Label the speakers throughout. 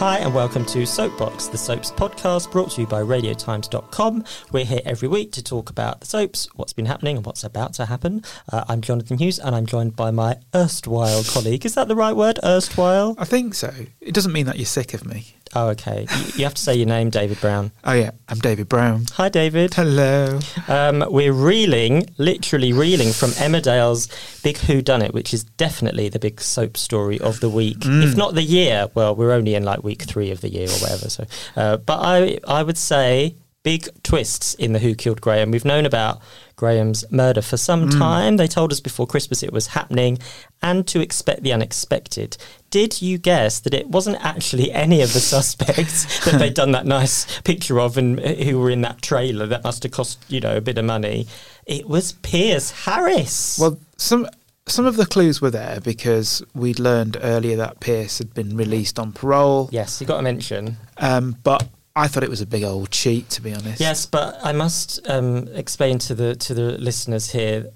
Speaker 1: Hi, and welcome to Soapbox, the soaps podcast brought to you by Radiotimes.com. We're here every week to talk about the soaps, what's been happening, and what's about to happen. Uh, I'm Jonathan Hughes, and I'm joined by my erstwhile colleague. Is that the right word? Erstwhile?
Speaker 2: I think so. It doesn't mean that you're sick of me.
Speaker 1: Oh, okay. You, you have to say your name, David Brown.
Speaker 2: Oh yeah, I'm David Brown.
Speaker 1: Hi, David.
Speaker 2: Hello.
Speaker 1: Um, we're reeling, literally reeling, from Emmerdale's Big Who Done It, which is definitely the big soap story of the week, if not the year. Well, we're only in like week three of the year or whatever. So, uh, but I, I would say big twists in the Who Killed Graham. We've known about Graham's murder for some time. They told us before Christmas it was happening, and to expect the unexpected. Did you guess that it wasn't actually any of the suspects that they'd done that nice picture of and uh, who were in that trailer that must have cost, you know, a bit of money? It was Pierce Harris.
Speaker 2: Well, some some of the clues were there because we'd learned earlier that Pierce had been released on parole.
Speaker 1: yes, you got to mention.
Speaker 2: Um, but I thought it was a big old cheat, to be honest.
Speaker 1: Yes, but I must um, explain to the to the listeners here,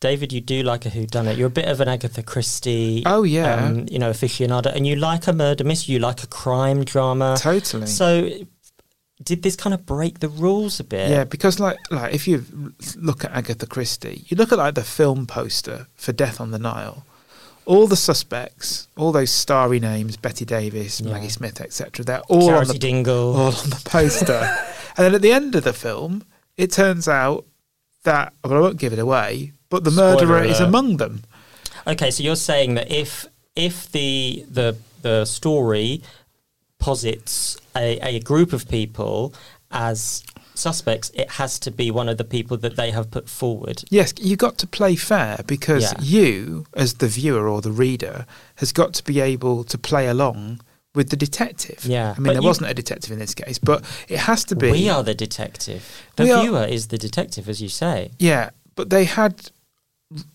Speaker 1: David, you do like a whodunit. You're a bit of an Agatha Christie,
Speaker 2: Oh yeah.
Speaker 1: um, you know, aficionado, and you like a murder mystery. You like a crime drama.
Speaker 2: totally.
Speaker 1: So, did this kind of break the rules a bit?
Speaker 2: yeah, because like like if you look at Agatha Christie, you look at like the film poster for Death on the Nile. All the suspects, all those starry names, Betty Davis,
Speaker 1: Yeah.
Speaker 2: Maggie Smith, etc. They're all on
Speaker 1: Charity
Speaker 2: the
Speaker 1: Dingle.
Speaker 2: all on the poster. and then at the end of the film, it turns out that well, I won't give it away, but the
Speaker 1: Spoiler
Speaker 2: murderer is
Speaker 1: alert.
Speaker 2: among them.
Speaker 1: Okay, so you're saying that if if the the the story posits a, a group of people as suspects, it has to be one of the people that they have put forward.
Speaker 2: Yes, you got to play fair because
Speaker 1: Yeah.
Speaker 2: you, as the viewer or the reader, has got to be able to play along with the detective.
Speaker 1: Yeah,
Speaker 2: I
Speaker 1: but
Speaker 2: mean, there
Speaker 1: you-
Speaker 2: wasn't a detective in this case, but it has to be.
Speaker 1: We are the detective. The
Speaker 2: We are-
Speaker 1: viewer is the detective, as you say.
Speaker 2: Yeah, but they had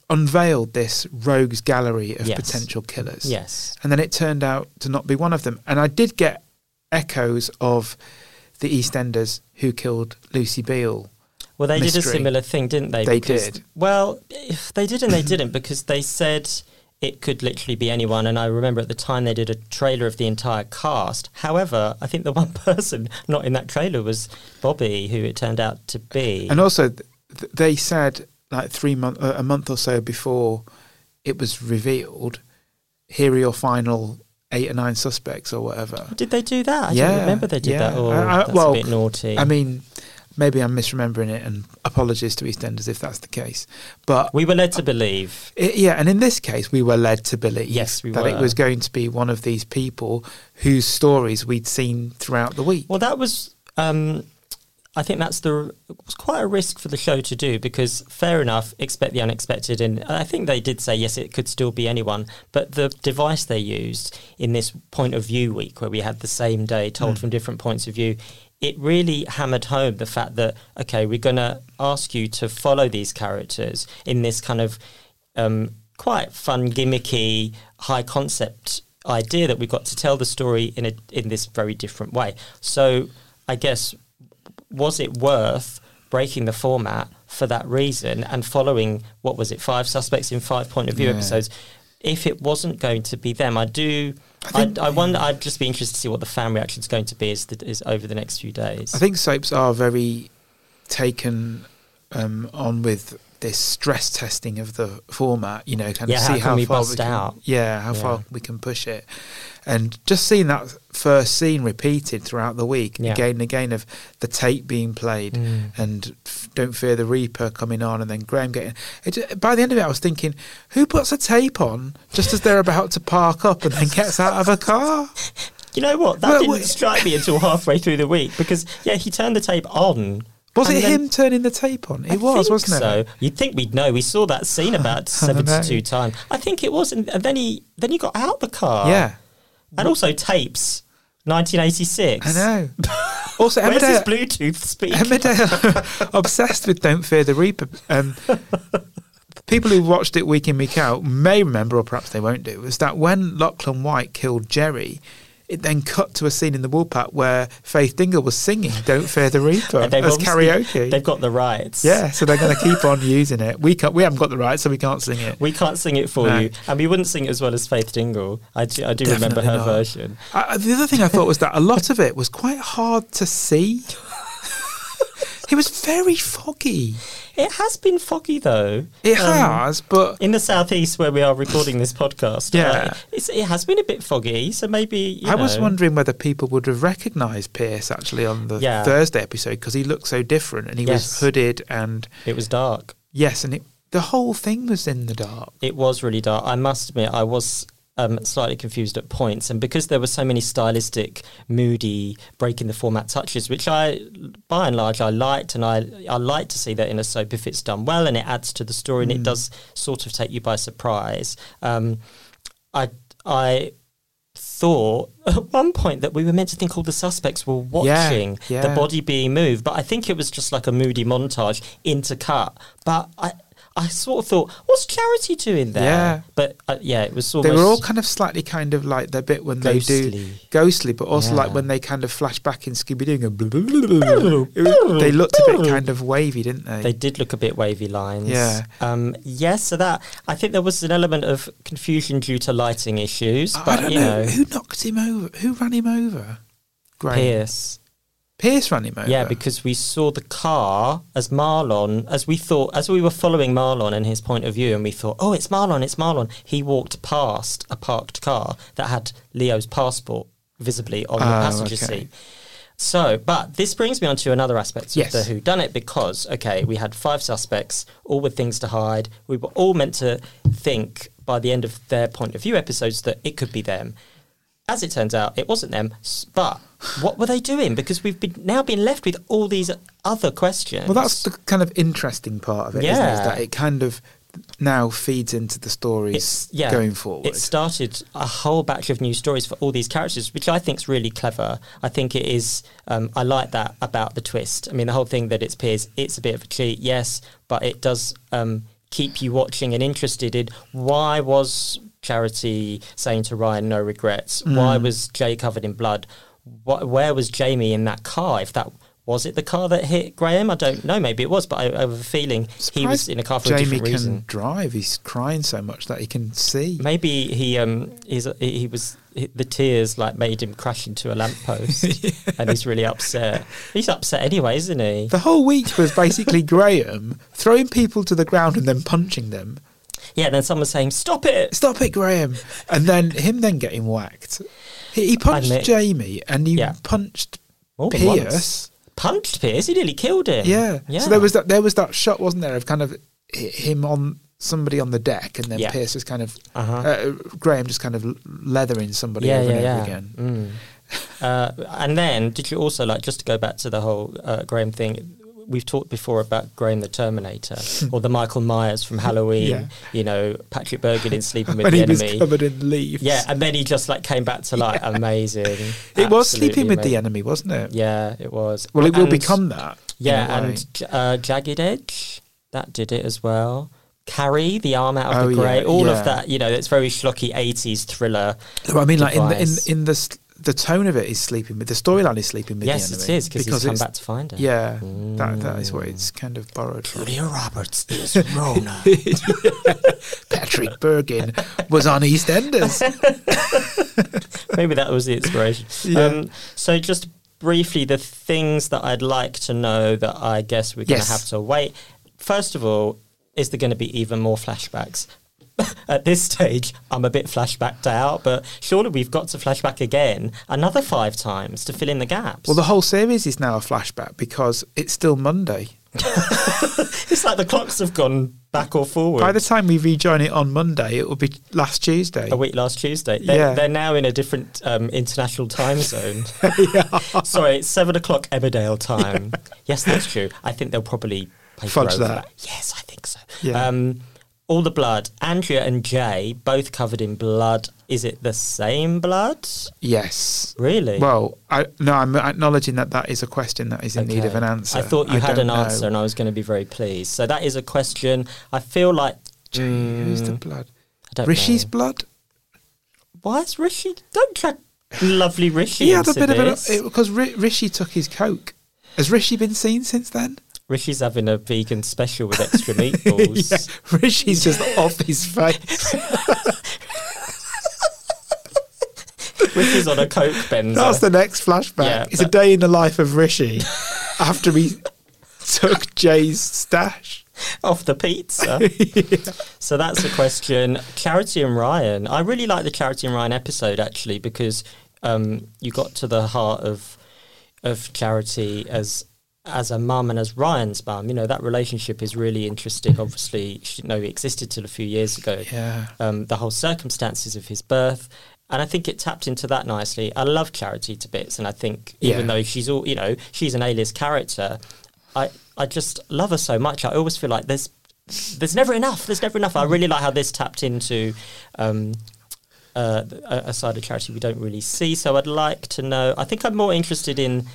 Speaker 2: unveiled this rogues gallery of
Speaker 1: Yes.
Speaker 2: potential killers.
Speaker 1: Yes.
Speaker 2: and then it turned out to not be one of them. And I did get echoes of the EastEnders who killed Lucy Beale.
Speaker 1: Well, they did a
Speaker 2: mystery.
Speaker 1: similar thing, didn't they?
Speaker 2: They
Speaker 1: Because-
Speaker 2: did.
Speaker 1: Well, if they did and they didn't because they said it could literally be anyone. And I remember at the time they did a trailer of the entire cast. However, I think the one person not in that trailer was Bobby, who it turned out to be.
Speaker 2: And also, th- th- they said like three month, uh, a month or so before it was revealed, here are your final eight or nine suspects or whatever.
Speaker 1: did they do that? I don't
Speaker 2: Yeah,
Speaker 1: remember they did that.
Speaker 2: yeah.
Speaker 1: Oh,
Speaker 2: I- I-
Speaker 1: that's
Speaker 2: well,
Speaker 1: a bit naughty.
Speaker 2: I mean, maybe I'm misremembering it, and apologies to EastEnders if that's the case. But
Speaker 1: we were led to believe.
Speaker 2: It, yeah, and in this case, we were led to believe
Speaker 1: Yes, we
Speaker 2: that
Speaker 1: were.
Speaker 2: it was going to be one of these people whose stories we'd seen throughout the week.
Speaker 1: Well, that was. Um, I think that's the it was quite a risk for the show to do because fair enough, expect the unexpected, and I think they did say yes, it could still be anyone. But the device they used in this point of view week, where we had the same day told from different points of view, it really hammered home the fact that okay, we're going to ask you to follow these characters in this kind of um, quite fun, gimmicky, high concept idea that we got to tell the story in a in this very different way. So I guess was it worth breaking the format for that reason and following what was it five suspects in five point of view
Speaker 2: Yeah.
Speaker 1: episodes? If it wasn't going to be them, I do. I,
Speaker 2: think-
Speaker 1: I, wonder. I'd just be interested to see what the fan reaction is going to be is, the, is over the next few days.
Speaker 2: I think soaps are very taken um, on with this stress testing of the format. You know, kind
Speaker 1: Yeah,
Speaker 2: of
Speaker 1: how
Speaker 2: see
Speaker 1: can we
Speaker 2: far
Speaker 1: bust
Speaker 2: can,
Speaker 1: out?
Speaker 2: Yeah, how
Speaker 1: Yeah.
Speaker 2: far we can push it, and just seeing that first scene repeated throughout the week
Speaker 1: Yeah.
Speaker 2: again and again of the tape being played.
Speaker 1: Mm.
Speaker 2: and f- don't fear the reaper coming on and then graham getting it, ju- by the end of it i was thinking who puts a tape on just as they're about to park up and then gets out of a car
Speaker 1: You know what? That
Speaker 2: Well,
Speaker 1: didn't
Speaker 2: we-
Speaker 1: strike me until halfway through the week because yeah, he turned the tape on.
Speaker 2: was
Speaker 1: And
Speaker 2: it
Speaker 1: then-
Speaker 2: him turning the tape on it
Speaker 1: I
Speaker 2: was
Speaker 1: think
Speaker 2: wasn't it
Speaker 1: So you'd think we'd know. We saw that scene about seventy-two times. I think it was, and and then he then he got out the car.
Speaker 2: yeah
Speaker 1: and also tapes, nineteen eighty-six.
Speaker 2: i know also
Speaker 1: Where's his
Speaker 2: emmerdale,
Speaker 1: Bluetooth speaker?
Speaker 2: emmerdale obsessed with don't fear the reaper um, people who watched it week in week out may remember or perhaps they won't do is that when lachlan white killed jerry it then cut to a scene in the Woolpack where Faith Dingle was singing "Don't Fear the Reaper"
Speaker 1: And they've
Speaker 2: as
Speaker 1: obviously-
Speaker 2: karaoke.
Speaker 1: They've got the rights.
Speaker 2: yeah, so they're going to keep on using it. We can't, we haven't got the rights, so we can't sing it.
Speaker 1: We can't sing it for
Speaker 2: No.
Speaker 1: you, and we wouldn't sing it as well as Faith Dingle. I do, I do remember
Speaker 2: Definitely
Speaker 1: her
Speaker 2: not.
Speaker 1: version.
Speaker 2: I, I- the other thing I thought was that a lot of it was quite hard to see. it was very foggy.
Speaker 1: It has been foggy though.
Speaker 2: It
Speaker 1: Um,
Speaker 2: has, but
Speaker 1: in the southeast where we are recording this podcast.
Speaker 2: Yeah.
Speaker 1: uh, it's, it has been a bit foggy, so maybe you
Speaker 2: I was
Speaker 1: know,
Speaker 2: wondering whether people would have recognised Pierce actually on the
Speaker 1: Yeah.
Speaker 2: Thursday episode because he looked so different and he
Speaker 1: Yes.
Speaker 2: was hooded and
Speaker 1: It was dark.
Speaker 2: yes, and it, the whole thing was in the dark.
Speaker 1: It was really dark. I must admit, I was. Um, slightly confused at points, and because there were so many stylistic, moody, breaking the format touches, which I, by and large, I liked, and I I like to see that in a soap if it's done well, and it adds to the story,
Speaker 2: Mm.
Speaker 1: and it does sort of take you by surprise. Um, I I thought at one point that we were meant to think all the suspects were watching the
Speaker 2: yeah.
Speaker 1: body being moved, but I think it was just like a moody montage intercut. But I, I sort of thought, what's Charity doing there?
Speaker 2: Yeah.
Speaker 1: But uh, yeah, it was
Speaker 2: They
Speaker 1: almost
Speaker 2: were all kind of slightly kind of like the bit when they do
Speaker 1: Ghostly.
Speaker 2: ghostly, but also like
Speaker 1: Yeah.
Speaker 2: when they kind of flash back in Scooby Doo. and go blah, blah, blah, blah, blah. It was- They looked a bit kind of wavy, didn't they?
Speaker 1: They did look a bit wavy lines.
Speaker 2: Yeah.
Speaker 1: Um, yeah, so that I think there was an element of confusion due to lighting issues,
Speaker 2: I-
Speaker 1: but
Speaker 2: I don't
Speaker 1: you know,
Speaker 2: know who knocked him over. Who ran him over? Graham.
Speaker 1: Pierce.
Speaker 2: Pierce ran him over.
Speaker 1: Yeah, because we saw the car as Marlon, as we thought, as we were following Marlon and his point of view, and we thought, oh, it's Marlon, it's Marlon. He walked past a parked car that had Leo's passport visibly on the
Speaker 2: Oh,
Speaker 1: passenger
Speaker 2: okay.
Speaker 1: seat. So, but this brings me on to another aspect of
Speaker 2: Yes.
Speaker 1: the who done it because okay, we had five suspects, all with things to hide. We were all meant to think by the end of their point of view episodes that it could be them. As it turns out, it wasn't them. s- But what were they doing? Because we've been now been left with all these other questions.
Speaker 2: Well, that's the kind of interesting part of it, not it? Is
Speaker 1: Yeah.
Speaker 2: that it kind of now feeds into the stories
Speaker 1: it's yeah
Speaker 2: going forward.
Speaker 1: It started a whole batch of new stories for all these characters, which I think is really clever. I think it is. Um, I like that about the twist. I mean, the whole thing that it's Piers. It's a bit of a cheat, yes, but it does um, keep you watching and interested in why was Charity saying to Ryan no regrets?
Speaker 2: Mm.
Speaker 1: Why was Jay covered in blood? Wh- where was Jamie in that car? If that was it, the car that hit Graham. I don't know. Maybe it was, but I, I have a feeling he was
Speaker 2: Surprised
Speaker 1: in a car for a
Speaker 2: Jamie
Speaker 1: different
Speaker 2: can
Speaker 1: reason.
Speaker 2: drive. He's crying so much that he can see.
Speaker 1: Maybe he um he's, he was he, the tears like made him crash into a lamppost and he's really upset. He's upset anyway, isn't he?
Speaker 2: The whole week was basically Graham throwing people to the ground and then punching them.
Speaker 1: Yeah. Then someone's saying, "Stop it!"
Speaker 2: Stop it, Graham! And then him then getting whacked. He, he punched
Speaker 1: Admit-
Speaker 2: Jamie and he
Speaker 1: Yeah.
Speaker 2: punched
Speaker 1: More than once.
Speaker 2: Pierce.
Speaker 1: Punched Pierce. He nearly killed him.
Speaker 2: Yeah.
Speaker 1: Yeah.
Speaker 2: So there was that. There was that shot, wasn't there, of kind of hi- him on somebody on the deck, and then
Speaker 1: Yeah.
Speaker 2: Pierce was kind of
Speaker 1: Uh-huh.
Speaker 2: uh, Graham just kind of leathering somebody
Speaker 1: Yeah,
Speaker 2: over
Speaker 1: yeah,
Speaker 2: and over
Speaker 1: yeah. Mm,
Speaker 2: again.
Speaker 1: Uh, and then, did you also like just to go back to the whole uh, Graham thing? We've talked before about Graham the Terminator or the Michael Myers from Halloween.
Speaker 2: Yeah.
Speaker 1: You know, Patrick Bergen in Sleeping with
Speaker 2: when
Speaker 1: the
Speaker 2: he
Speaker 1: Enemy.
Speaker 2: was covered in leaves.
Speaker 1: yeah, and then he just like came back to life. Amazing.
Speaker 2: it was
Speaker 1: Absolutely
Speaker 2: sleeping with
Speaker 1: amazing.
Speaker 2: the enemy, wasn't it?
Speaker 1: Yeah, it was.
Speaker 2: Well, it will
Speaker 1: And-
Speaker 2: become that. in
Speaker 1: Yeah,
Speaker 2: a way.
Speaker 1: and J- uh, Jagged Edge that did it as well. Carrie, the arm out of
Speaker 2: Oh,
Speaker 1: the
Speaker 2: yeah,
Speaker 1: grey, all
Speaker 2: yeah.
Speaker 1: of that. You know, it's very schlocky eighties thriller.
Speaker 2: Well, I mean, like in the, in
Speaker 1: device.
Speaker 2: in the s- the tone of it is sleeping with the storyline is sleeping with
Speaker 1: yes,
Speaker 2: the enemy.
Speaker 1: it is because he's come
Speaker 2: it's-
Speaker 1: back to find her.
Speaker 2: Yeah, that that is what it's kind of borrowed from.
Speaker 1: Julia Roberts is Rona.
Speaker 2: Patrick Bergin was on EastEnders.
Speaker 1: Maybe that was the inspiration.
Speaker 2: Yeah.
Speaker 1: Um, so just briefly, the things that I'd like to know that I guess we're going to
Speaker 2: Yes.
Speaker 1: have to wait. First of all, is there going to be even more flashbacks? At this stage, I'm a bit flashbacked out, but surely we've got to flashback again another five times to fill in the gaps.
Speaker 2: Well, the whole series is now a flashback because it's still Monday.
Speaker 1: it's like the clocks have gone back or forward.
Speaker 2: By the time we rejoin it on Monday, it will be last Tuesday.
Speaker 1: a week last Tuesday. They're,
Speaker 2: Yeah.
Speaker 1: they're now in a different um, international time zone. Sorry, it's seven o'clock Emmerdale time. Yes, that's true. I think they'll probably pay
Speaker 2: Fudge
Speaker 1: for
Speaker 2: that.
Speaker 1: overlap. Yes, I think so.
Speaker 2: Yeah.
Speaker 1: Um, all the blood. Andrea and Jay both covered in blood. Is it the same blood?
Speaker 2: Yes.
Speaker 1: Really?
Speaker 2: Well, I, no, I'm acknowledging that that is a question that is in need of
Speaker 1: Okay.
Speaker 2: an answer.
Speaker 1: I thought you had an
Speaker 2: don't know.
Speaker 1: answer, and I was going to be very pleased. So that is a question. I feel like
Speaker 2: Gee, Who's the blood?
Speaker 1: I Mm. don't
Speaker 2: Rishi's
Speaker 1: know.
Speaker 2: blood?
Speaker 1: Why is Rishi? Don't try. lovely Rishi.
Speaker 2: He had a
Speaker 1: into
Speaker 2: bit of
Speaker 1: this.
Speaker 2: a because Ri- Rishi took his coke. Has Rishi been seen since then?
Speaker 1: Rishi's having a vegan special with extra meatballs.
Speaker 2: Yeah, Rishi's just off his face.
Speaker 1: Rishi's on a coke benzer.
Speaker 2: That's the next flashback.
Speaker 1: Yeah,
Speaker 2: it's a
Speaker 1: that-
Speaker 2: day in the life of Rishi after he took Jay's stash.
Speaker 1: off the pizza. So that's the question. Charity and Ryan. I really like the Charity and Ryan episode actually because um, you got to the heart of of Charity as as a mum and as Ryan's mum. You know that relationship is really interesting. Obviously, she didn't know it existed till a few years ago.
Speaker 2: Yeah.
Speaker 1: Um, the whole circumstances of his birth. And I think it tapped into that nicely. I love Charity to bits, and I think
Speaker 2: Yeah.
Speaker 1: even though she's all you know, she's an A-list character. I I just love her so much. I always feel like there's there's never enough. There's never
Speaker 2: Mm.
Speaker 1: enough. I really like how this tapped into um, uh, a, a side of charity we don't really see. So I'd like to know. I think I'm more interested in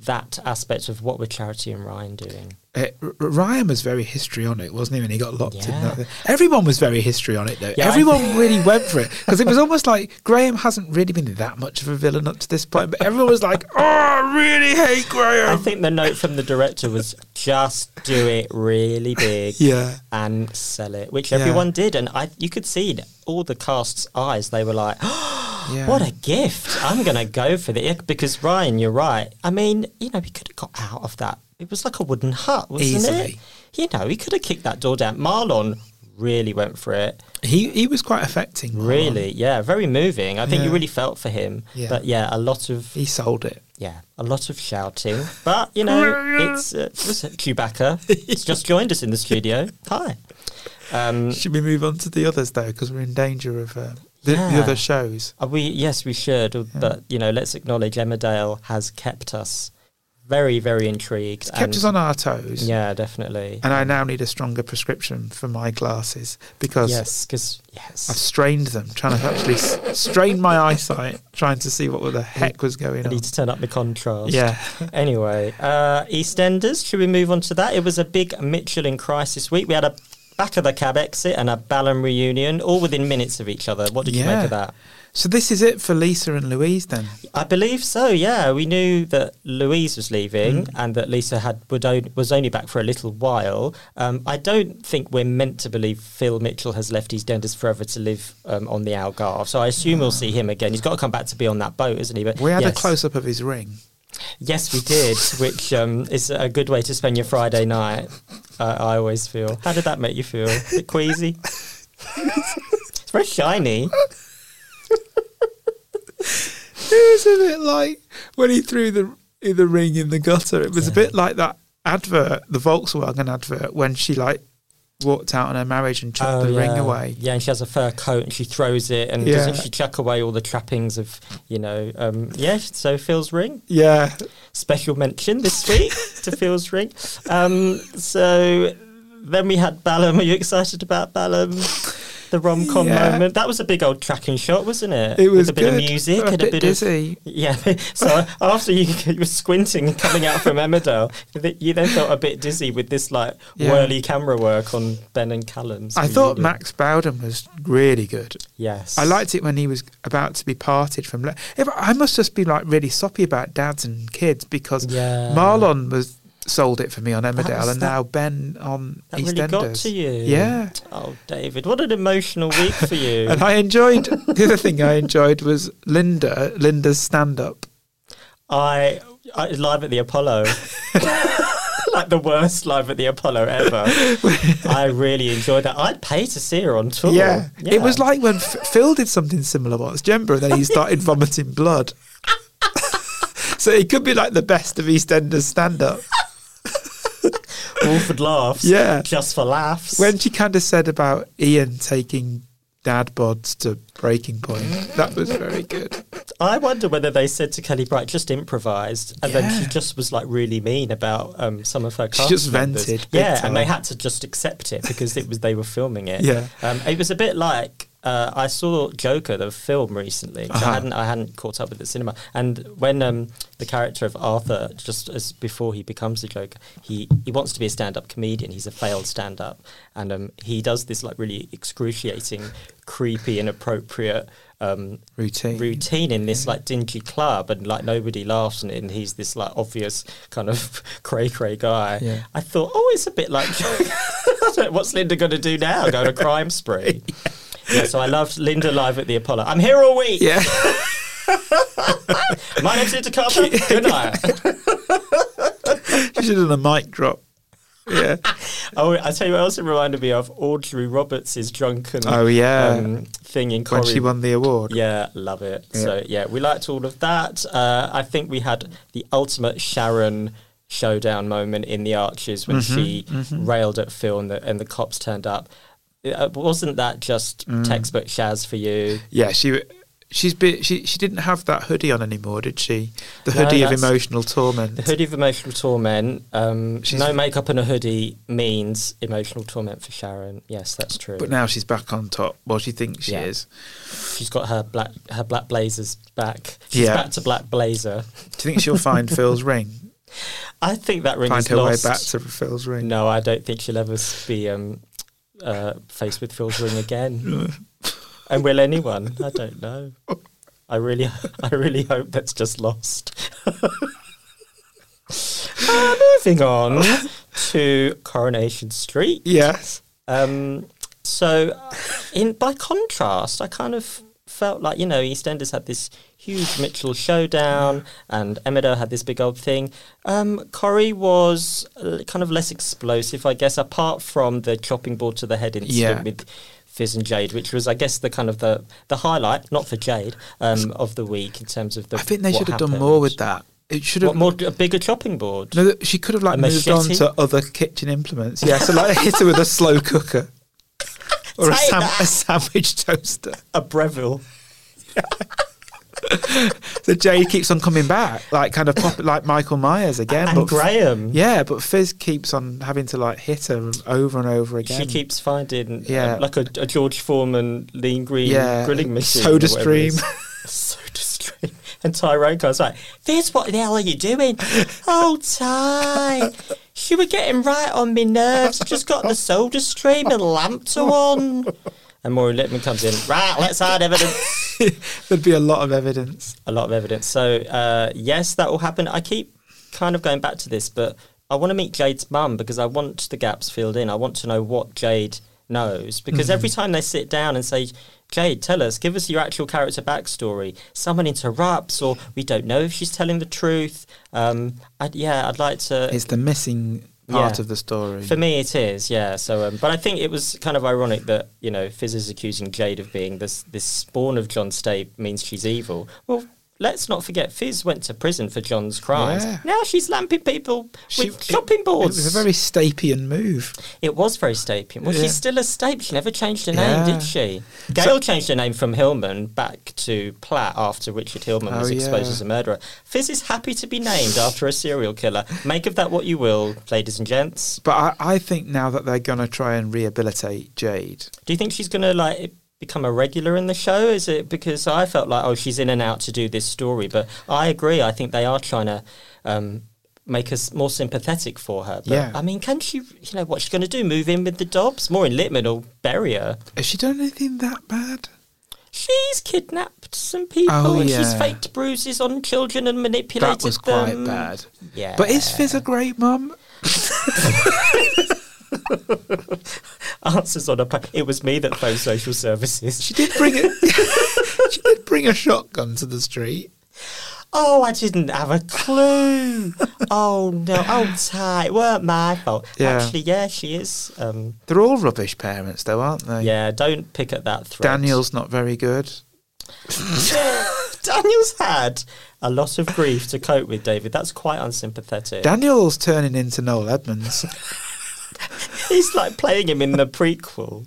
Speaker 1: that aspect of what were Charity and Ryan doing.
Speaker 2: Uh, R- R- Ryan was very histrionic, wasn't he? When he got locked
Speaker 1: Yeah.
Speaker 2: in, that? everyone was very histrionic though.
Speaker 1: Yeah, I-
Speaker 2: everyone really went for it because it was almost like Graham hasn't really been that much of a villain up to this point, but everyone was like, "Oh, I really hate Graham."
Speaker 1: I think the note from the director was just do it really big.
Speaker 2: yeah,
Speaker 1: and sell it, which
Speaker 2: Yeah.
Speaker 1: everyone did. And I, you could see in all the cast's eyes; they were like,
Speaker 2: yeah.
Speaker 1: "What a gift! I'm going to go for the Because Ryan, you're right. I mean, you know, he could have got out of that. It was like a wooden hut, wasn't
Speaker 2: Easily.
Speaker 1: it? You know, he could have kicked that door down. Marlon really went for it.
Speaker 2: he he was quite affecting. Marlon.
Speaker 1: Really, yeah, very moving. I think you
Speaker 2: Yeah.
Speaker 1: really felt for him.
Speaker 2: Yeah.
Speaker 1: But yeah, a lot of
Speaker 2: he sold it.
Speaker 1: yeah, a lot of shouting. But you know, it's uh, was it Chewbacca. It's just joined us in the studio. Hi. Um,
Speaker 2: Should we move on to the others though? Because we're in danger of uh, the, the
Speaker 1: Yeah.
Speaker 2: other shows.
Speaker 1: Uh, we yes, we should, uh, but you know, let's acknowledge Emmerdale has kept us very, very intrigued.
Speaker 2: It's kept
Speaker 1: and-
Speaker 2: us on our toes.
Speaker 1: Um, Yeah, definitely.
Speaker 2: And I now need a stronger prescription for my glasses because
Speaker 1: Yes, because
Speaker 2: I've
Speaker 1: yes,
Speaker 2: strained them, trying to actually s- strain my eyesight, trying to see what the heck was going
Speaker 1: I
Speaker 2: on.
Speaker 1: need to turn up the contrast.
Speaker 2: Yeah,
Speaker 1: Anyway, uh, EastEnders. Should we move on to that? It was a big Mitchell in crisis week. We had a back of the cab exit and a Ballon reunion, all within minutes of each other. What did you
Speaker 2: Yeah.
Speaker 1: make of that?
Speaker 2: So this is it for Lisa and Louise then.
Speaker 1: I believe so. Yeah, we knew that Louise was leaving
Speaker 2: Mm.
Speaker 1: and that Lisa had would on, was only back for a little while. Um, I don't think we're meant to believe Phil Mitchell has left EastEnders forever to live um, on the Algarve. So I assume we'll see him again. He's got to come back to be on that boat, isn't he? But
Speaker 2: We had
Speaker 1: yes.
Speaker 2: a close up of his ring.
Speaker 1: Yes, we did, which um, is a good way to spend your Friday night. I I always feel. How did that make you feel? A bit queasy. it's very shiny.
Speaker 2: It was a bit like when he threw the the ring in the gutter. It was a bit like that advert, the Volkswagen advert, when she like walked out on her marriage and took
Speaker 1: Oh,
Speaker 2: the ring
Speaker 1: yeah.
Speaker 2: away.
Speaker 1: Yeah, and she has a fur coat and she throws it and
Speaker 2: Yeah.
Speaker 1: doesn't she chuck away all the trappings of, you know, um, yeah, so Phil's ring.
Speaker 2: Yeah,
Speaker 1: Special mention this week to Phil's ring. Um, so then we had Balam. Are you excited about Balam? The rom com
Speaker 2: Yeah.
Speaker 1: moment. That was a big old tracking shot, wasn't it?
Speaker 2: it was
Speaker 1: With a bit
Speaker 2: good.
Speaker 1: of music
Speaker 2: a
Speaker 1: and
Speaker 2: bit
Speaker 1: a bit of
Speaker 2: dizzy.
Speaker 1: yeah, so after you, you were squinting and coming out from Emmerdale, th- you then felt a bit dizzy with this like
Speaker 2: Yeah.
Speaker 1: whirly camera work on Ben and Callum's.
Speaker 2: I thought
Speaker 1: reunion.
Speaker 2: Max Bowden was really good.
Speaker 1: Yes,
Speaker 2: I liked it when he was about to be parted from. Le- If- I must just be like really soppy about dads and kids because
Speaker 1: Yeah.
Speaker 2: Marlon was sold it for me on Emmerdale,
Speaker 1: was
Speaker 2: and
Speaker 1: that-
Speaker 2: now Ben on
Speaker 1: that really
Speaker 2: EastEnders.
Speaker 1: got to you.
Speaker 2: Yeah,
Speaker 1: Oh, David, what an emotional week for you.
Speaker 2: and I enjoyed the other thing I enjoyed was Linda Linda's stand up.
Speaker 1: I, I live at the Apollo. Like the worst live at the Apollo ever. I really enjoyed that. I'd pay to see her on tour.
Speaker 2: Yeah. it was
Speaker 1: Oh, Yeah.
Speaker 2: like when F- Phil did something similar once. Do you remember? And then he started vomiting blood. so it could be like the best of EastEnders stand up.
Speaker 1: Wolford laughs.
Speaker 2: Yeah.
Speaker 1: just for laughs.
Speaker 2: when she kind of said about Ian taking dad bods to breaking point, that was very good.
Speaker 1: I wonder whether they said to Kelly Bright just improvised, and then
Speaker 2: Yeah.
Speaker 1: she just was like really mean about um, some of her.
Speaker 2: She
Speaker 1: cast
Speaker 2: just
Speaker 1: members.
Speaker 2: vented big
Speaker 1: yeah,
Speaker 2: time.
Speaker 1: and they had to just accept it because it was they were filming it.
Speaker 2: Yeah.
Speaker 1: um, it was a bit like uh, I saw Joker, the film, recently. 'cause
Speaker 2: Uh-huh.
Speaker 1: I hadn't I hadn't caught up with the cinema. And when um, the character of Arthur, just as before he becomes the Joker, he, he wants to be a stand-up comedian. He's a failed stand-up, and um, he does this like really excruciating, creepy, inappropriate. Um,
Speaker 2: Routine.
Speaker 1: routine in this like dingy club and like nobody laughs and, and he's this like obvious kind of cray cray guy
Speaker 2: Yeah.
Speaker 1: i thought oh it's a bit like what's linda going to do now go on a crime spree yeah. so i loved linda live at the apollo i'm here all week
Speaker 2: Yeah.
Speaker 1: my name's linda carter good night
Speaker 2: she should have done a mic drop. Yeah.
Speaker 1: oh i tell you what else it reminded me of audrey roberts's drunken
Speaker 2: Oh, yeah.
Speaker 1: um, thing in
Speaker 2: when
Speaker 1: Corrie
Speaker 2: she won the award.
Speaker 1: Yeah, love it.
Speaker 2: Yeah.
Speaker 1: So yeah, we liked all of that. Uh, I think we had the ultimate Sharon showdown moment in the Arches when
Speaker 2: Mm-hmm,
Speaker 1: she railed at Phil and the, and the cops turned up. Uh, wasn't that just
Speaker 2: Mm.
Speaker 1: textbook Shaz for you?
Speaker 2: Yeah, she she's been, she she didn't have that hoodie on anymore, did she? The
Speaker 1: No,
Speaker 2: hoodie of
Speaker 1: that's-
Speaker 2: emotional torment.
Speaker 1: The hoodie of emotional torment. Um,
Speaker 2: She's-
Speaker 1: no makeup and a hoodie means emotional torment for Sharon. Yes, that's true.
Speaker 2: But now she's back on top. Well, she thinks she
Speaker 1: Yeah.
Speaker 2: is.
Speaker 1: she's got her black her black blazers back. She's
Speaker 2: Yeah.
Speaker 1: back to black blazer.
Speaker 2: Do you think she'll find Phil's ring?
Speaker 1: I think that ring
Speaker 2: Find
Speaker 1: is
Speaker 2: her
Speaker 1: lost.
Speaker 2: way back to Phil's ring.
Speaker 1: No, I don't think she'll ever s- be um, uh, faced with Phil's ring again. and will anyone? I don't know. I really, I really hope that's just lost. Uh, moving on to Coronation Street.
Speaker 2: Yes.
Speaker 1: Um, so, in by contrast, I kind of felt like you know EastEnders had this huge Mitchell showdown, and Emmerdale had this big old thing. Um, Corrie was uh, kind of less explosive, I guess, apart from the chopping board to the head incident
Speaker 2: Yeah.
Speaker 1: with Fizz and Jade, which was, I guess, the kind of the the highlight, not for Jade, um, of the week in terms of the.
Speaker 2: I think they
Speaker 1: what
Speaker 2: should have done
Speaker 1: happened.
Speaker 2: more with that. It should have
Speaker 1: What, more a bigger chopping board.
Speaker 2: No, that- she could have like
Speaker 1: A
Speaker 2: moved on
Speaker 1: machete?
Speaker 2: to other kitchen implements. Yeah, so like hit her with a slow cooker or a,
Speaker 1: Take
Speaker 2: sam-
Speaker 1: that.
Speaker 2: a sandwich toaster.
Speaker 1: A Breville.
Speaker 2: So Jay keeps on coming back, like kind of pop, like Michael Myers again.
Speaker 1: and
Speaker 2: but f-
Speaker 1: Graham.
Speaker 2: yeah, but Fizz keeps on having to like hit her over and over again.
Speaker 1: She keeps finding
Speaker 2: Yeah.
Speaker 1: yeah. like a, a George Foreman lean green
Speaker 2: Yeah,
Speaker 1: grilling machine.
Speaker 2: Soda
Speaker 1: or whatever it
Speaker 2: Stream.
Speaker 1: is. Soda Stream. And Tyrone goes like, Fizz, what the hell are you doing? oh, Ty. You were getting right on me nerves. Just got the Soda Stream and lamp to on. And Maureen Lipman comes in, right, let's hide evidence.
Speaker 2: There'd be a lot of evidence.
Speaker 1: a lot of evidence. So, uh, yes, that will happen. I keep kind of going back to this, but I want to meet Jade's mum because I want the gaps filled in. I want to know what Jade knows because every time they sit down and say, Jade, tell us, give us your actual character backstory. Someone interrupts, or we don't know if she's telling the truth. Um, I'd, yeah, I'd like to.
Speaker 2: It's the missing part
Speaker 1: Yeah.
Speaker 2: of the story.
Speaker 1: For me, it is, yeah. So, um, but I think it was kind of ironic that you know Fizz is accusing Jade of being this this spawn of John State means she's evil. Well, let's not forget Fizz went to prison for John's crimes.
Speaker 2: Yeah.
Speaker 1: Now she's lamping people
Speaker 2: She-
Speaker 1: with shopping boards.
Speaker 2: It was a very Stapian move.
Speaker 1: It was very Stapian. Well,
Speaker 2: Yeah.
Speaker 1: she's still a Stape. She never changed her name,
Speaker 2: Yeah.
Speaker 1: did she? Gail changed her name from Hillman back to Platt after Richard Hillman
Speaker 2: Oh,
Speaker 1: was exposed
Speaker 2: yeah.
Speaker 1: as a murderer. Fizz is happy to be named after a serial killer. Make of that what you will, ladies and gents.
Speaker 2: But I, I think now that they're going to try and rehabilitate Jade.
Speaker 1: Do you think she's going to like become a regular in the show? Is it because I felt like oh she's in and out to do this story? But I agree. I think they are trying to um, make us more sympathetic for her. But,
Speaker 2: Yeah.
Speaker 1: I mean, can she? You know what's she going to do? Move in with the Dobbs? Maureen Littman will bury her.
Speaker 2: Has she done anything that bad?
Speaker 1: She's kidnapped some people.
Speaker 2: Oh,
Speaker 1: and She's
Speaker 2: yeah.
Speaker 1: faked bruises on children and manipulated
Speaker 2: That was quite
Speaker 1: them.
Speaker 2: bad.
Speaker 1: Yeah.
Speaker 2: But is Fizz a great mum?
Speaker 1: answers on a pa- it was me that phoned social services.
Speaker 2: She did bring a, she did bring a shotgun to the street.
Speaker 1: Oh, I didn't have a clue. oh no. Oh, Ty, it weren't my fault.
Speaker 2: Yeah.
Speaker 1: Actually, yeah, she is. Um,
Speaker 2: They're all rubbish parents, though, aren't they?
Speaker 1: yeah, don't pick at that thread.
Speaker 2: Daniel's not very good.
Speaker 1: Daniel's had a lot of grief to cope with, David. That's quite unsympathetic.
Speaker 2: Daniel's turning into Noel Edmonds.
Speaker 1: He's like playing him in the prequel.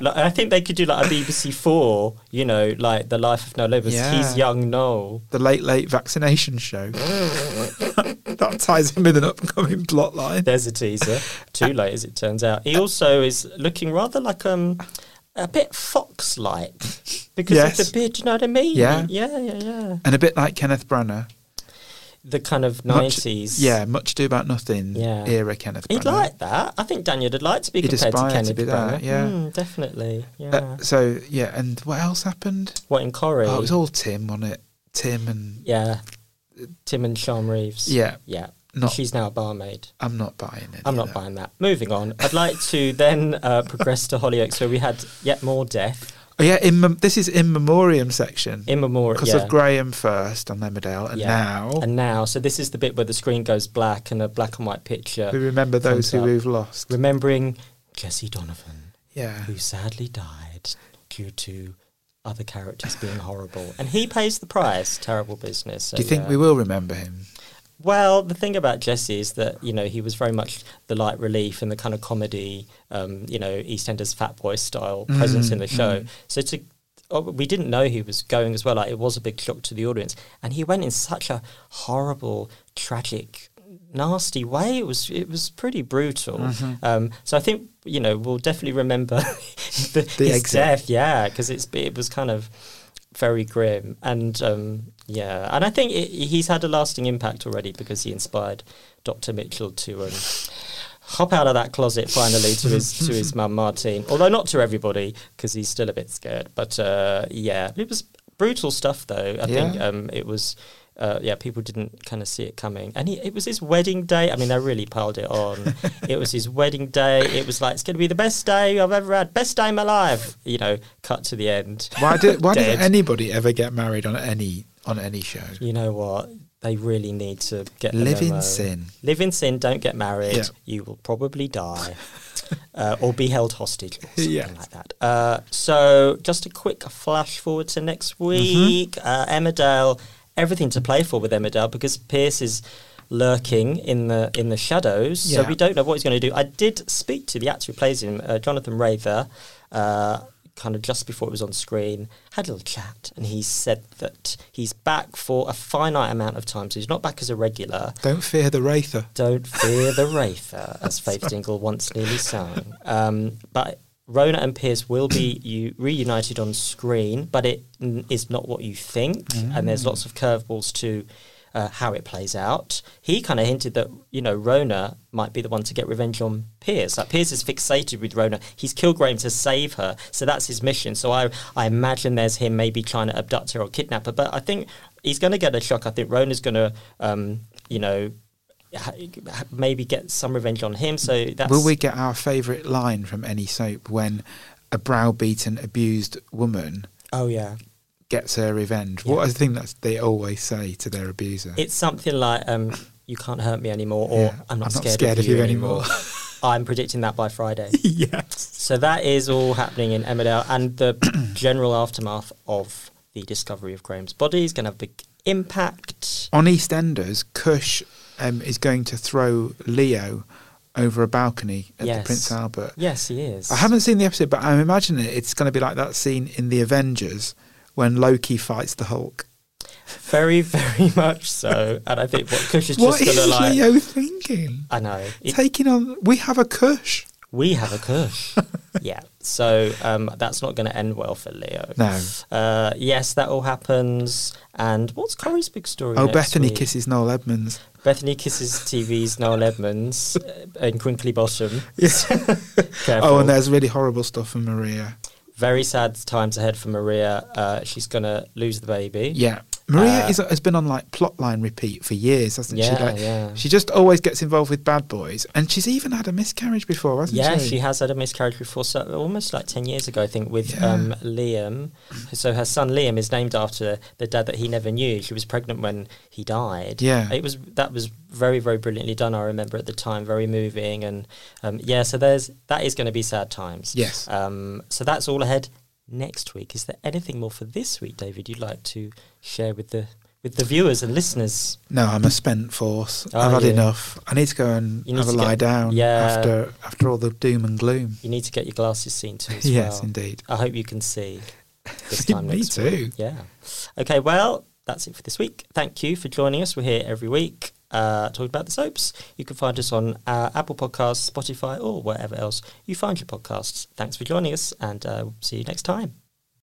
Speaker 1: Like, I think they could do like a BBC Four, you know, like the life of Noel Evans.
Speaker 2: Yeah.
Speaker 1: He's young Noel.
Speaker 2: the late late vaccination show. that ties in with an upcoming plot line.
Speaker 1: There's a teaser. Too late, as it turns out. He also is looking rather like um, a bit fox like because of
Speaker 2: Yes.
Speaker 1: the beard. Do you know what I mean?
Speaker 2: Yeah.
Speaker 1: yeah, yeah, yeah.
Speaker 2: and a bit like Kenneth Branagh.
Speaker 1: The kind of
Speaker 2: Much-
Speaker 1: nineties.
Speaker 2: Yeah, much ado about nothing
Speaker 1: Yeah.
Speaker 2: era Kenneth
Speaker 1: He'd
Speaker 2: Branagh.
Speaker 1: like that. I think Daniel would like to be
Speaker 2: He'd
Speaker 1: compared to
Speaker 2: aspire to
Speaker 1: Kenneth
Speaker 2: be that,
Speaker 1: Branagh.
Speaker 2: yeah.
Speaker 1: Mm, definitely. Yeah.
Speaker 2: Uh, so yeah, and what else happened?
Speaker 1: what in Corrie?
Speaker 2: Oh, it was all Tim on it. Tim and
Speaker 1: yeah. Tim and Sean Reeves.
Speaker 2: yeah,
Speaker 1: Yeah.
Speaker 2: not.
Speaker 1: She's now a barmaid.
Speaker 2: I'm not buying it.
Speaker 1: I'm not buying that. Moving on. I'd like to then uh, progress to Hollyoaks, where we had yet more death
Speaker 2: Oh, yeah, in mem- this is in memoriam section
Speaker 1: in memorial.
Speaker 2: because
Speaker 1: Yeah.
Speaker 2: of Graham first on Emmerdale, and
Speaker 1: Yeah.
Speaker 2: now
Speaker 1: and now, so this is the bit where the screen goes black and a black and white picture,
Speaker 2: we remember
Speaker 1: Thumbs
Speaker 2: those who
Speaker 1: up.
Speaker 2: we've lost.
Speaker 1: remembering Jesse Donovan,
Speaker 2: yeah,
Speaker 1: who sadly died due to other characters being horrible, and he pays the price. Terrible business. So,
Speaker 2: do you think
Speaker 1: yeah.
Speaker 2: we will remember him?
Speaker 1: Well, the thing about Jesse is that you know he was very much the light relief and the kind of comedy, um, you know, EastEnders Fat Boy style
Speaker 2: Mm,
Speaker 1: presence in the show. So to oh, we didn't know he was going as well. Like it was a big shock to the audience, and he went in such a horrible, tragic, nasty way. It was it was pretty brutal.
Speaker 2: Mm-hmm.
Speaker 1: Um, so I think you know we'll definitely remember the,
Speaker 2: The
Speaker 1: his
Speaker 2: exit.
Speaker 1: death. Yeah, because it's it was kind of very grim and um, yeah and i think it, he's had a lasting impact already because he inspired dr mitchell to um, hop out of that closet finally to his to his mum martine although not to everybody because he's still a bit scared but uh, yeah it was brutal stuff though i think
Speaker 2: Yeah.
Speaker 1: um, it was uh, yeah, people didn't kind of see it coming, and he, it was his wedding day. I mean, they really piled it on. it was his wedding day. It was like it's going to be the best day I've ever had, best day of my life. You know, cut to the end.
Speaker 2: Why did Why did
Speaker 1: Dead.
Speaker 2: anybody ever get married on any on any show?
Speaker 1: You know what? They really need to get the
Speaker 2: Live
Speaker 1: memo.
Speaker 2: in sin.
Speaker 1: Live in sin. Don't get married.
Speaker 2: Yeah.
Speaker 1: You will probably die, uh, or be held hostage, or something
Speaker 2: Yeah.
Speaker 1: like that. Uh, so, just a quick flash forward to next
Speaker 2: Mm-hmm.
Speaker 1: week. Uh, Emmerdale. Everything to play for with Emmerdale because Pierce is lurking in the in the shadows.
Speaker 2: Yeah.
Speaker 1: So we don't know what he's going to do. I did speak to the actor who plays him, uh, Jonathan Rather. Uh, kind of just before it was on screen, had a little chat, and he said that he's back for a finite amount of time, so he's not back as a regular.
Speaker 2: Don't fear the Wraither.
Speaker 1: Don't fear the Wraither, as Faith Dingle once nearly sung. Um, but Rona and Pierce will be you, reunited on screen, but it n- is not what you think, and there's lots of curveballs to uh, how it plays out. He kind of hinted that you know Rona might be the one to get revenge on Pierce. Like Pierce is fixated with Rona. He's killed Graham to save her, so that's his mission. So I I imagine there's him maybe trying to abduct her or kidnap her. But I think he's going to get a shock. I think Rona's going to um, you know ha- ha- maybe get some revenge on him. So that's
Speaker 2: Will we get our favourite line from any soap when a browbeaten, abused woman
Speaker 1: Oh yeah,
Speaker 2: gets her revenge? What I think that's they always say to their abuser.
Speaker 1: it's something like um, "You can't hurt me anymore," or
Speaker 2: Yeah,
Speaker 1: "I'm not, scared, of, you anymore." I'm predicting that by Friday.
Speaker 2: yes.
Speaker 1: So that is all happening in Emmerdale, and the general aftermath of the discovery of Graham's body is going to have a big impact.
Speaker 2: On EastEnders, Kush um, is going to throw Leo over a balcony at the
Speaker 1: Yes.
Speaker 2: Prince Albert.
Speaker 1: Yes, he is.
Speaker 2: I haven't seen the episode, but I'm imagining it's going to be like that scene in The Avengers when Loki fights the Hulk.
Speaker 1: very, very much so, and I think what Kush is
Speaker 2: What
Speaker 1: just
Speaker 2: is
Speaker 1: going to like.
Speaker 2: Leo thinking?
Speaker 1: I know. It-
Speaker 2: Taking on, we have a Kush.
Speaker 1: we have a Kush. yeah. So um, that's not going to end well for Leo.
Speaker 2: No.
Speaker 1: Uh, yes, that all happens. And what's Corrie's big story?
Speaker 2: Oh,
Speaker 1: next
Speaker 2: Bethany
Speaker 1: week?
Speaker 2: kisses Noel Edmonds.
Speaker 1: Bethany kisses TV's Noel Edmonds uh, and Crinkly Bottom.
Speaker 2: Yes.
Speaker 1: Careful.
Speaker 2: Oh, and there's really horrible stuff from Maria.
Speaker 1: Very sad times ahead for Maria. Uh, she's going to lose the baby.
Speaker 2: Yeah. Maria
Speaker 1: Uh,
Speaker 2: is, has been on like plotline repeat for years, hasn't
Speaker 1: Yeah,
Speaker 2: she? Like,
Speaker 1: yeah.
Speaker 2: She just always gets involved with bad boys, and she's even had a miscarriage before, hasn't
Speaker 1: yeah,
Speaker 2: she?
Speaker 1: she has had a miscarriage before, so almost like ten years ago, I think, with
Speaker 2: Yeah.
Speaker 1: um, Liam. So her son Liam is named after the dad that he never knew. She was pregnant when he died.
Speaker 2: Yeah.
Speaker 1: it was that was very very brilliantly done. I remember at the time, very moving, and um, yeah. So there's that is going to be sad times.
Speaker 2: Yes.
Speaker 1: Um, so that's all ahead next week. Is there anything more for this week, David? You'd like to share with the with the viewers and listeners?
Speaker 2: No, I'm a spent force.
Speaker 1: Are
Speaker 2: I've had
Speaker 1: you?
Speaker 2: enough. I need to go and
Speaker 1: Oh, You need
Speaker 2: have a
Speaker 1: to
Speaker 2: lie
Speaker 1: get-
Speaker 2: down
Speaker 1: Yeah.
Speaker 2: after after all the doom and gloom.
Speaker 1: You need to get your glasses seen too. As
Speaker 2: yes,
Speaker 1: well.
Speaker 2: indeed.
Speaker 1: I hope you can see this time
Speaker 2: Me
Speaker 1: next
Speaker 2: too.
Speaker 1: week. Yeah. Okay, well, that's it for this week. Thank you for joining us. We're here every week. uh, talked about the soaps. You can find us on uh, Apple Podcasts, Spotify, or wherever else you find your podcasts. Thanks for joining us, and uh, see you next time.